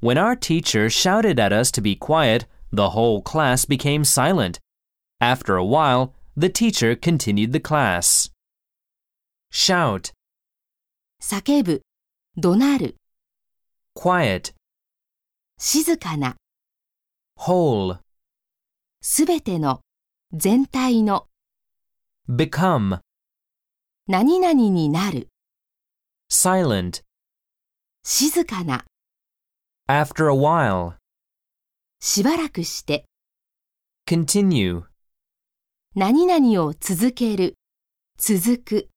When our teacher shouted at us to be quiet, the whole class became silent. After a while, the teacher continued the class. Shout, 叫ぶ、怒鳴る、 quiet, 静かな、 whole, すべての、全体の、 become, 何々になる、 silent, 静かな、 after a while, しばらくして、 continue. 何々を続ける、続く。